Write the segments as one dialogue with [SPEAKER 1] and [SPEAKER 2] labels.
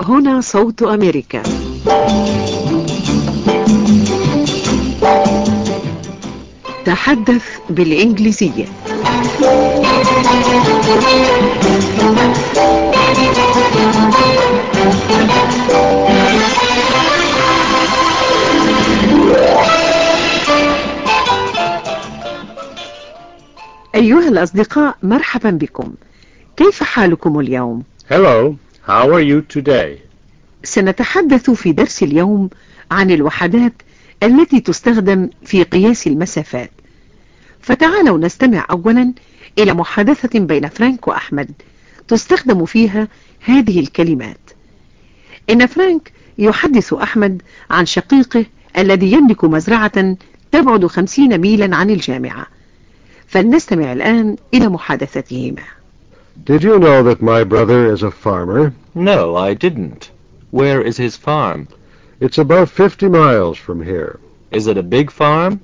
[SPEAKER 1] هنا صوت أمريكا تحدث بالإنجليزية أيها الأصدقاء مرحبا بكم كيف حالكم اليوم؟
[SPEAKER 2] Hello, how are you today?
[SPEAKER 1] سنتحدث في درس اليوم عن الوحدات التي تستخدم في قياس المسافات فتعالوا نستمع أولا إلى محادثة بين فرانك وأحمد تستخدم فيها هذه الكلمات إن فرانك يحدث أحمد عن شقيقه الذي يملك مزرعة تبعد خمسين ميلا عن الجامعة فلنستمع الآن إلى محادثتهما
[SPEAKER 3] Did you know that my brother is a farmer?
[SPEAKER 4] No, I didn't. Where is his farm?
[SPEAKER 3] It's about 50 miles from here.
[SPEAKER 4] Is it a big farm?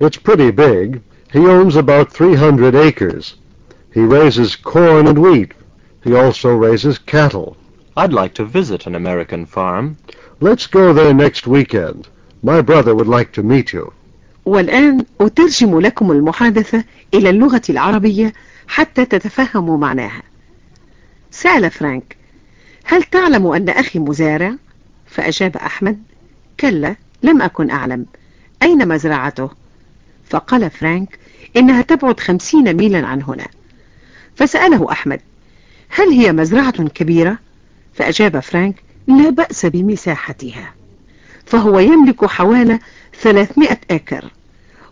[SPEAKER 3] It's pretty big. He owns about 300 acres. He raises corn and wheat. He also raises cattle.
[SPEAKER 4] I'd like to visit an American farm.
[SPEAKER 3] Let's go there next weekend. My brother would like to meet you.
[SPEAKER 1] والآن أترجم لكم المحادثة إلى اللغة العربية حتى تتفهموا معناها. سأل فرانك: هل تعلم أن أخي مزارع؟ فأجاب أحمد: كلا، لم أكن أعلم. أين مزرعته؟ فقال فرانك: إنها تبعد خمسين ميلا عن هنا. فسأله أحمد: هل هي مزرعة كبيرة؟ فأجاب فرانك: لا بأس بمساحتها. فهو يملك حوالي 300 أكر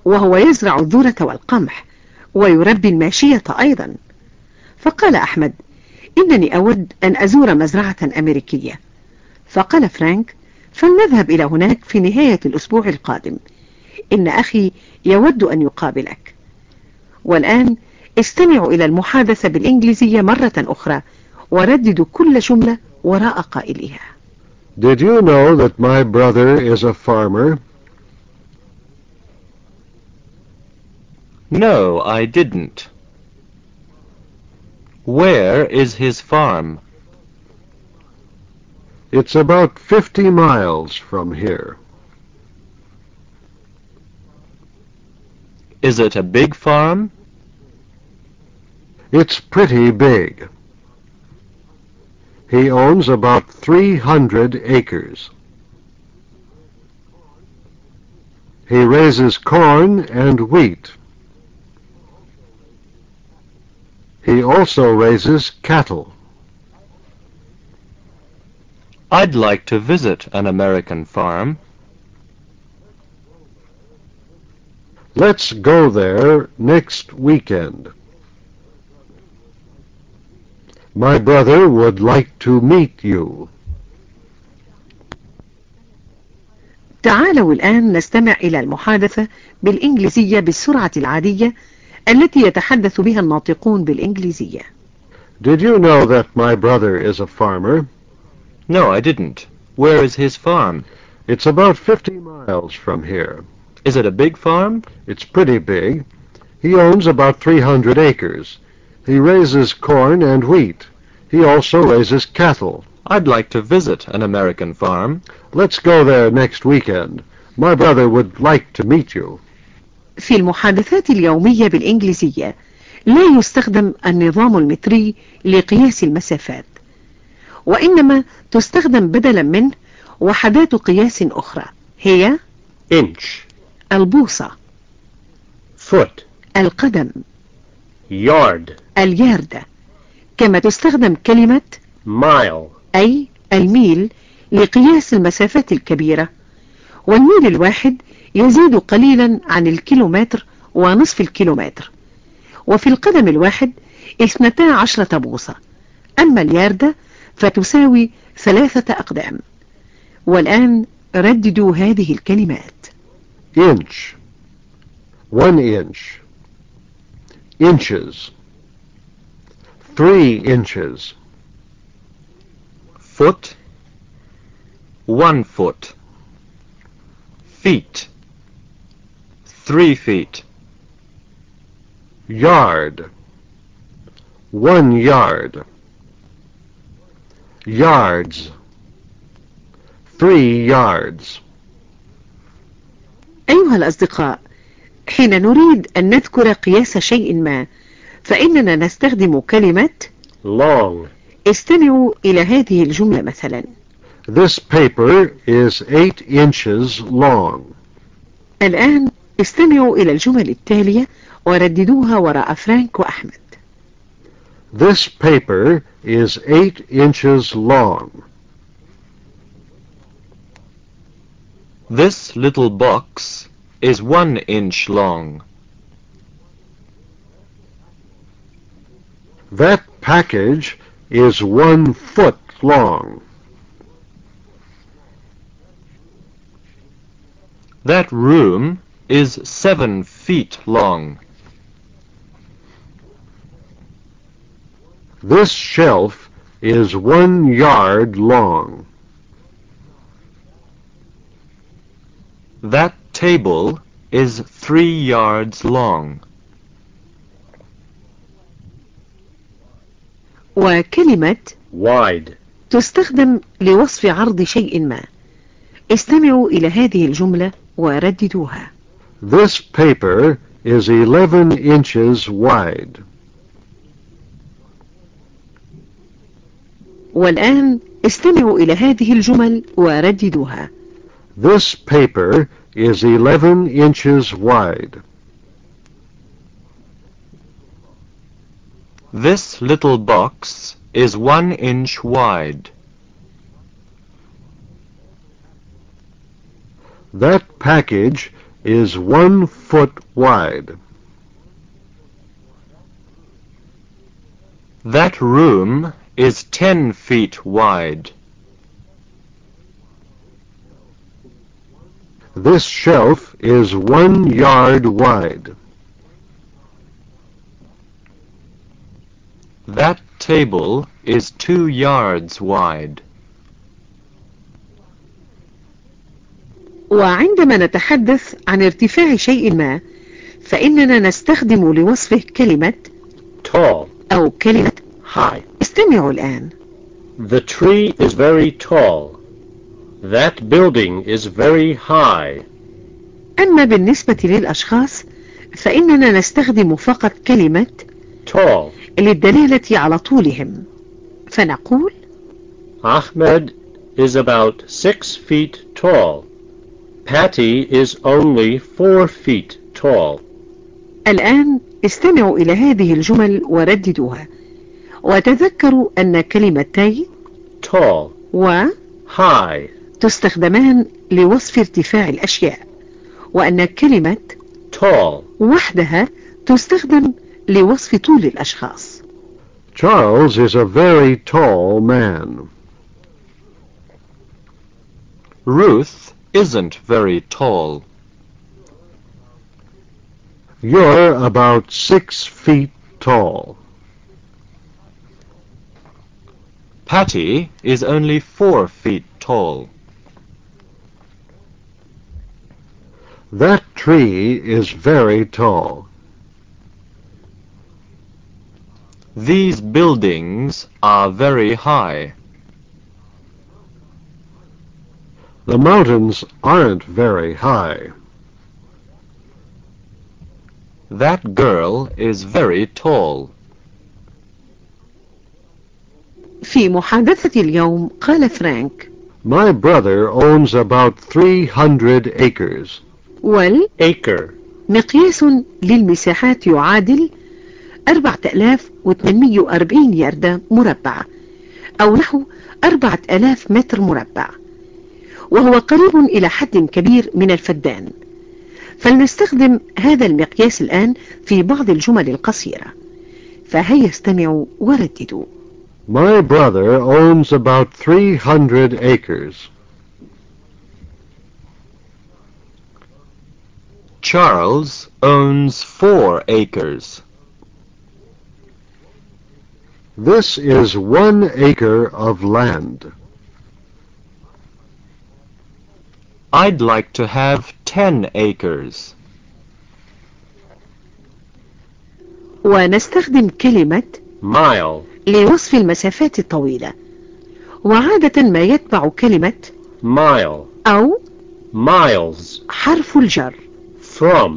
[SPEAKER 1] وهو يزرع الذرة والقمح ويربي الماشية أيضا فقال أحمد إنني أود أن أزور مزرعة أمريكية فقال فرانك فلنذهب إلى هناك في نهاية الأسبوع القادم إن أخي يود أن يقابلك والآن استمعوا إلى المحادثة بالإنجليزية مرة أخرى ورددوا كل جملة وراء قائلها
[SPEAKER 3] Did you know that my brother is a farmer?
[SPEAKER 4] No, I didn't. Where is his farm?
[SPEAKER 3] It's about 50 miles from here.
[SPEAKER 4] Is it a big farm?
[SPEAKER 3] It's pretty big. He owns about 300 acres. He raises corn and wheat. He also raises cattle.
[SPEAKER 4] I'd like to visit an American farm.
[SPEAKER 3] Let's go there next weekend. My brother would like to meet you.
[SPEAKER 1] تعالوا الآن نستمع إلى المحادثة بالإنجليزية بالسرعة العادية التي يتحدث بها الناطقون بالإنجليزية.
[SPEAKER 3] Did you know that my brother is a farmer?
[SPEAKER 4] No, I didn't. Where is his farm?
[SPEAKER 3] It's about 50 miles from here.
[SPEAKER 4] Is it a big farm?
[SPEAKER 3] It's pretty big. He owns about 300 acres. He raises corn and wheat. He also raises cattle.
[SPEAKER 4] I'd like to visit an American farm.
[SPEAKER 3] Let's go there next weekend. My brother would like to meet you.
[SPEAKER 1] في المحادثات اليومية بالإنجليزية لا يستخدم النظام المتري لقياس المسافات وإنما تستخدم بدلا منه وحدات قياس أخرى هي
[SPEAKER 2] Inch,
[SPEAKER 1] البوصة
[SPEAKER 2] foot,
[SPEAKER 1] القدم
[SPEAKER 2] yard,
[SPEAKER 1] الياردة كما تستخدم كلمة
[SPEAKER 2] mile,
[SPEAKER 1] أي الميل لقياس المسافات الكبيرة والميل الواحد يزيد قليلا عن الكيلومتر ونصف الكيلومتر وفي القدم الواحد اثنتا عشرة بوصة أما الياردة فتساوي ثلاثة أقدام والآن رددوا هذه الكلمات
[SPEAKER 3] Inch. One inch. Inches. Three inches.
[SPEAKER 4] Foot. One foot. Feet. Three feet.
[SPEAKER 3] Yard. One yard. Yards. three yards.
[SPEAKER 1] أيها الأصدقاء، حين نريد أن نذكر قياس شيء ما، فإننا نستخدم كلمة
[SPEAKER 2] long,
[SPEAKER 1] استمعوا إلى هذه الجملة مثلا
[SPEAKER 3] This paper is eight inches long.
[SPEAKER 1] الآن استمعوا إلى الجمل التالية ورددوها وراء فرانك وأحمد
[SPEAKER 3] This paper is eight inches long.
[SPEAKER 4] This little box is one inch long.
[SPEAKER 3] That package is one foot long.
[SPEAKER 4] That room is seven feet long.
[SPEAKER 3] This shelf is one yard long.
[SPEAKER 4] That table is three yards long.
[SPEAKER 1] وكلمة
[SPEAKER 2] wide,
[SPEAKER 1] تستخدم لوصف عرض شيء ما استمعوا إلى هذه الجملة ورددوها
[SPEAKER 3] This paper is 11 inches wide.
[SPEAKER 1] والآن استمعوا إلى هذه الجمل ورددوها
[SPEAKER 3] This paper is 11 inches wide.
[SPEAKER 4] This little box is one inch wide.
[SPEAKER 3] That package is one foot wide.
[SPEAKER 4] That room is ten feet wide.
[SPEAKER 3] This shelf is one yard wide.
[SPEAKER 4] That table is two yards wide.
[SPEAKER 1] وعندما نتحدث عن ارتفاع شيء ما فإننا نستخدم لوصفه كلمة
[SPEAKER 2] tall,
[SPEAKER 1] أو كلمة
[SPEAKER 2] high.
[SPEAKER 1] استمعوا الآن
[SPEAKER 2] The tree is very tall. That building is very high.
[SPEAKER 1] أما بالنسبة للأشخاص فإننا نستخدم فقط كلمة
[SPEAKER 2] Tall.
[SPEAKER 1] للدلالة على طولهم فنقول
[SPEAKER 2] Ahmed is about six feet tall. Patty is only four feet tall.
[SPEAKER 1] الآن استمعوا إلى هذه الجمل ورددوها وتذكروا أن كلمتي
[SPEAKER 2] Tall,
[SPEAKER 1] و
[SPEAKER 2] high,
[SPEAKER 1] تستخدمان لوصف ارتفاع الأشياء وأن كلمة
[SPEAKER 2] tall,
[SPEAKER 1] وحدها تستخدم لوصف طول الأشخاص
[SPEAKER 3] Charles is a very tall man.
[SPEAKER 4] Ruth isn't very tall.
[SPEAKER 3] You're about six feet tall.
[SPEAKER 4] Patty is only four feet tall.
[SPEAKER 3] That tree is very tall.
[SPEAKER 4] These buildings are very high.
[SPEAKER 3] The mountains aren't very high.
[SPEAKER 4] That girl is very tall.
[SPEAKER 1] في محادثة اليوم قال فرانك
[SPEAKER 3] My brother owns about 300 acres.
[SPEAKER 1] وال
[SPEAKER 2] acre,
[SPEAKER 1] مقياس للمساحات يعادل 4840 ياردة مربعة أو نحو 4000 متر مربع وهو قريب إلى حد كبير من الفدان فلنستخدم هذا المقياس الآن في بعض الجمل القصيرة فهيا استمعوا ورددوا
[SPEAKER 3] My brother owns about 300 acres.
[SPEAKER 4] Charles owns four acres.
[SPEAKER 3] This is one acre of land.
[SPEAKER 4] I'd like to have ten acres.
[SPEAKER 1] ونستخدم كلمة
[SPEAKER 2] mile,
[SPEAKER 1] لوصف المسافات الطويلة وعادة ما يتبع كلمة
[SPEAKER 2] mile,
[SPEAKER 1] أو
[SPEAKER 2] miles,
[SPEAKER 1] حرف الجر
[SPEAKER 2] from.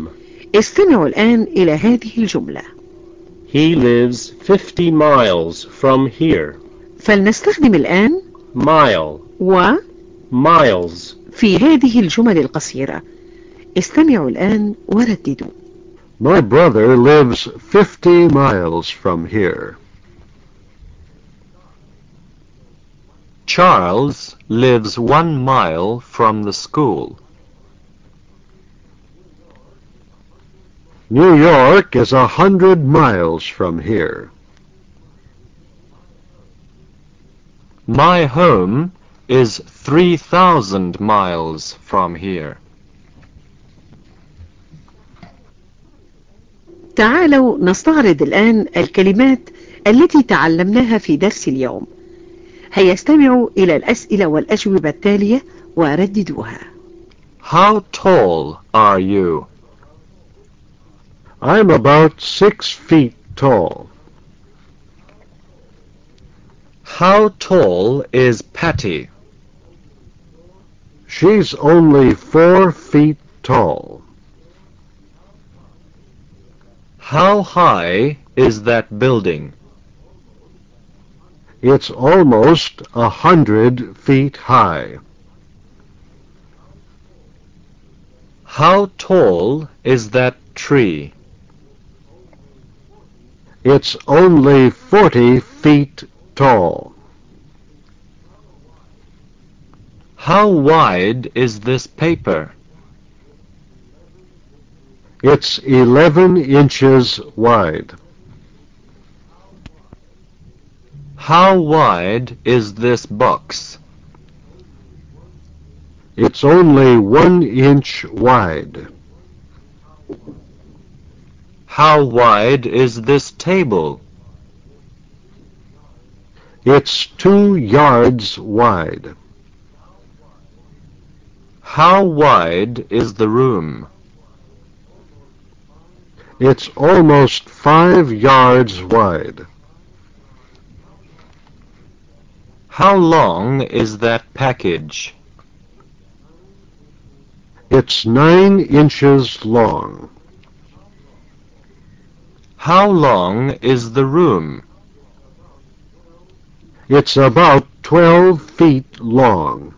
[SPEAKER 1] استمعوا الآن إلى هذه الجملة
[SPEAKER 2] He lives 50 miles from here.
[SPEAKER 1] فلنستخدم الآن
[SPEAKER 2] Mile,
[SPEAKER 1] و
[SPEAKER 2] miles,
[SPEAKER 1] في هذه الجمل القصيرة استمعوا الآن ورددوا
[SPEAKER 3] My brother lives 50 miles from here.
[SPEAKER 4] Charles lives one mile from the school.
[SPEAKER 3] New York is a hundred miles from here.
[SPEAKER 4] My home is 3,000 miles from here.
[SPEAKER 1] تعالوا نستعرض الآن الكلمات التي تعلمناها في درس اليوم هيستمعوا إلى الأسئلة والأجوبة التالية ورددوها
[SPEAKER 4] How tall are you?
[SPEAKER 3] I'm about six feet tall.
[SPEAKER 4] How tall is Patty?
[SPEAKER 3] She's only four feet tall.
[SPEAKER 4] How high is that building?
[SPEAKER 3] It's almost a hundred feet high.
[SPEAKER 4] How tall is that tree?
[SPEAKER 3] It's only forty feet tall.
[SPEAKER 4] How wide is this paper?
[SPEAKER 3] It's eleven inches wide.
[SPEAKER 4] How wide is this box?
[SPEAKER 3] It's only one inch wide.
[SPEAKER 4] How wide is this table?
[SPEAKER 3] It's two yards wide.
[SPEAKER 4] How wide is the room?
[SPEAKER 3] It's almost five yards wide.
[SPEAKER 4] How long is that package?
[SPEAKER 3] It's nine inches long.
[SPEAKER 4] How long is the room?
[SPEAKER 3] It's about twelve feet long.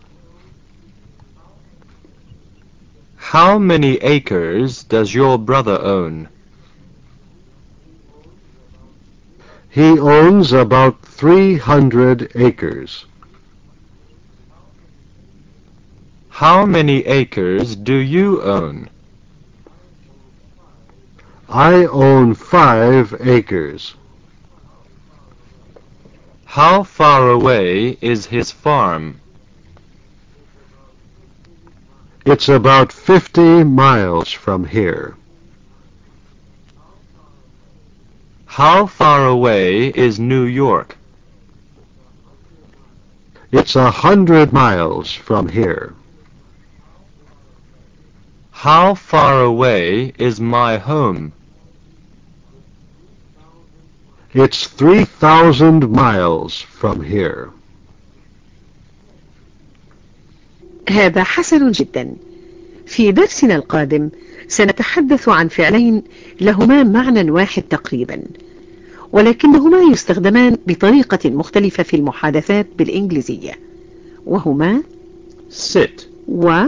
[SPEAKER 4] How many acres does your brother own?
[SPEAKER 3] He owns about three hundred acres.
[SPEAKER 4] How many acres do you own?
[SPEAKER 3] I own five acres.
[SPEAKER 4] How far away is his farm?
[SPEAKER 3] It's about fifty miles from here.
[SPEAKER 4] How far away is New York?
[SPEAKER 3] It's a hundred miles from here.
[SPEAKER 4] How far away is my home?
[SPEAKER 3] It's three thousand miles from here.
[SPEAKER 1] هذا حسن جدا في درسنا القادم سنتحدث عن فعلين لهما معنى واحد تقريبا ولكنهما يستخدمان بطريقة مختلفة في المحادثات بالإنجليزية وهما
[SPEAKER 2] sit,
[SPEAKER 1] و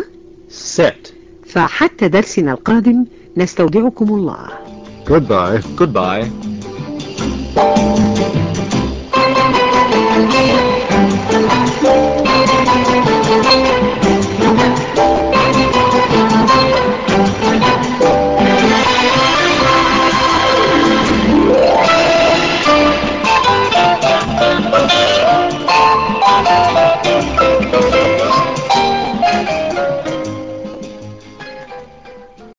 [SPEAKER 2] set.
[SPEAKER 1] فحتى درسنا القادم نستودعكم الله
[SPEAKER 3] Goodbye.
[SPEAKER 4] Goodbye.